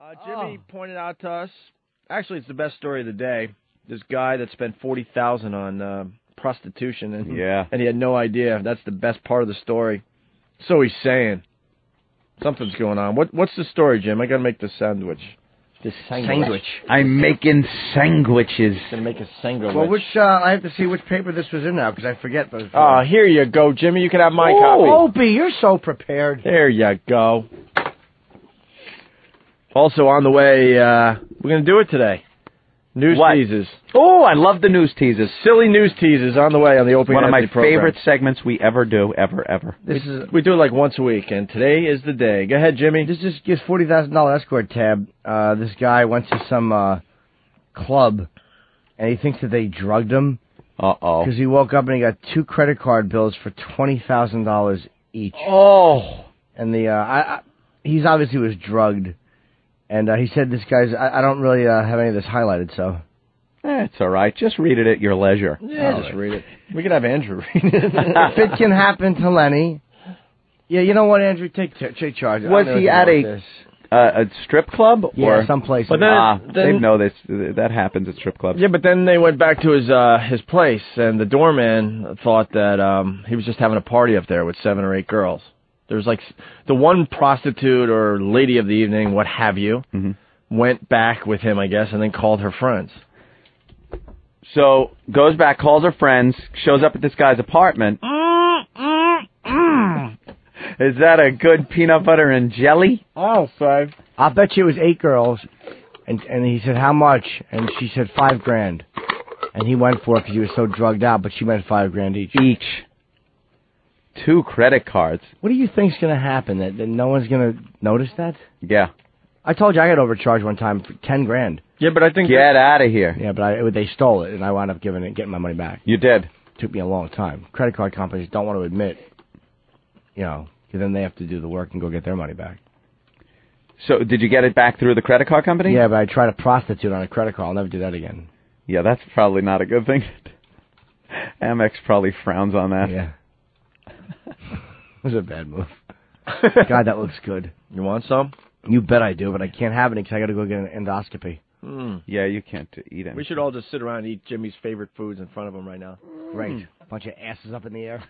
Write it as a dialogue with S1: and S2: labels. S1: Oh.
S2: Uh, Jimmy pointed out to us. Actually, it's the best story of the day. This guy that spent forty thousand on uh, prostitution and
S1: Yeah.
S2: and he had no idea. That's the best part of the story. So he's saying something's going on. What what's the story, Jim? I got to make the sandwich.
S3: The
S2: Sandwich.
S1: I'm making sandwiches.
S3: Gonna make a sandwich.
S4: Well, which uh, I have to see which paper this was in now because I forget those.
S2: Ah, here you go, Jimmy. You can have my copy.
S4: oh, Opie, you're so prepared.
S2: There you go. Also on the way, uh, we're gonna do it today. News
S1: What?
S2: teases,
S1: Oh, I love the news teases.
S2: silly news teases on the way on the opening.
S1: One of my
S2: Anthony program.
S1: favorite segments we ever do, ever, ever.
S4: This is
S2: We do it like once a week, and today is the day. Go ahead, Jimmy.
S4: this is his forty thousand dollar escort tab. Uh, this guy went to some uh, club, and he thinks that they drugged him
S1: Uh oh.
S4: because he woke up and he got two credit card bills for twenty thousand dollars each.
S1: Oh.
S4: and the uh, I, I, he's obviously was drugged, and uh, he said this guy's. I, I don't really uh, have any of this highlighted, so
S1: Eh, it's all right. Just read it at your leisure.
S2: Yeah, just read it. We can have Andrew read it.
S4: if it can happen to Lenny. Yeah, you know what, Andrew, take ch- take charge. I
S1: Was
S4: don't know
S1: he
S4: what to
S1: at
S4: do
S1: a-
S4: with this.
S1: Uh, a strip club
S4: yeah
S1: or
S4: someplace?
S2: But then-
S1: Ah,
S2: then-
S1: they know this. That happens at strip clubs.
S2: yeah, but then they went back to his uh, his place, and the doorman thought that um, he was just having a party up there with seven or eight girls. There was like s- the one prostitute or lady of the evening, what have you,
S1: Mhm.
S2: went back with him, I guess, and then called her friends.
S1: So goes back, calls her friends, shows up at this guy's apartment. Is that a good peanut butter and jelly?
S4: oh, five. I bet you it was eight girls, and and he said how much, and she said five grand, and he went for it because he was so drugged out, but she meant five grand each.
S1: Each. Two credit cards.
S4: What do you think's gonna happen? That, that no one's gonna notice that?
S1: Yeah.
S4: I told you I got overcharged one time for ten grand.
S2: Yeah, but I think
S1: Get out of here.
S4: Yeah, but I, they stole it, and I wound up giving it, getting my money back.
S1: You did.
S4: took me a long time. Credit card companies don't want to admit, you know, 'cause then they have to do the work and go get their money back.
S1: So did you get it back through the credit card company?
S4: Yeah, but I tried a prostitute on a credit card. I'll never do that again.
S1: Yeah, that's probably not a good thing. Amex probably frowns on that.
S4: Yeah. it was a bad move. God, that looks good.
S2: you want some.
S4: You bet I do, but I can't have any 'cause I got to go get an endoscopy.
S1: Yeah, you can't eat it.
S2: Hmm. We should all just sit around and eat Jimmy's favorite foods in front of him right now.
S4: Right. Bunch of asses up in the air.